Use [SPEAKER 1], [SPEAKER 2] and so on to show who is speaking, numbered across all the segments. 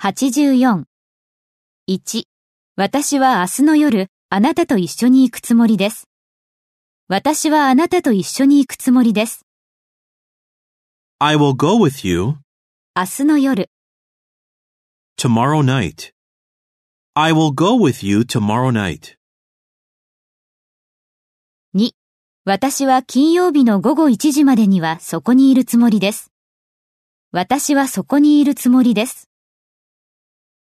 [SPEAKER 1] 84。1. 私は明日の夜、あなたと一緒に行くつもりです。私はあなたと一緒に行くつもりです。
[SPEAKER 2] I will go with you
[SPEAKER 1] 明日の夜、
[SPEAKER 2] tomorrow night. I will go with you tomorrow night.
[SPEAKER 1] 私は金曜日の午後1時までにはそこにいるつもりです。私はそこにいるつもりです。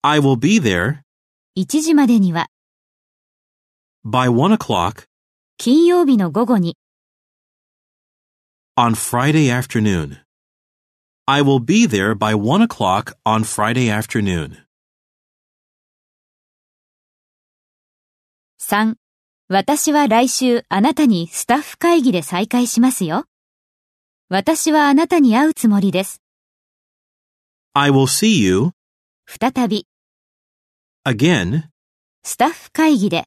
[SPEAKER 2] I will be there
[SPEAKER 1] 1時までには、
[SPEAKER 2] by one o'clock
[SPEAKER 1] 金曜日の午後に、
[SPEAKER 2] on Friday afternoon. I will be there by one o'clock on Friday afternoon.
[SPEAKER 1] 3. 私は来週あなたにスタッフ会議で再会しますよ。私はあなたに会うつもりです。
[SPEAKER 2] I will see you
[SPEAKER 1] 再び、
[SPEAKER 2] again
[SPEAKER 1] スタッフ会議で、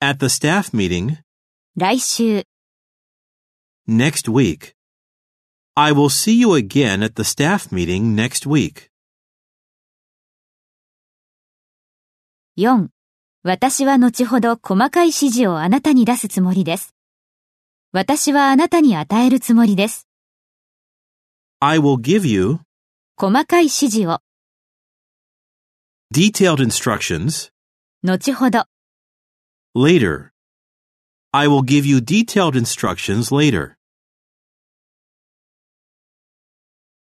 [SPEAKER 2] at the staff meeting
[SPEAKER 1] 来週、
[SPEAKER 2] next week. I will see you again at the staff meeting next week.
[SPEAKER 1] 4. 私は後ほど細かい指示をあなたに出すつもりです。私はあなたに与えるつもりです。
[SPEAKER 2] I will give you
[SPEAKER 1] 細かい指示を、
[SPEAKER 2] detailed instructions
[SPEAKER 1] 後ほど、
[SPEAKER 2] later. I will give you detailed instructions later.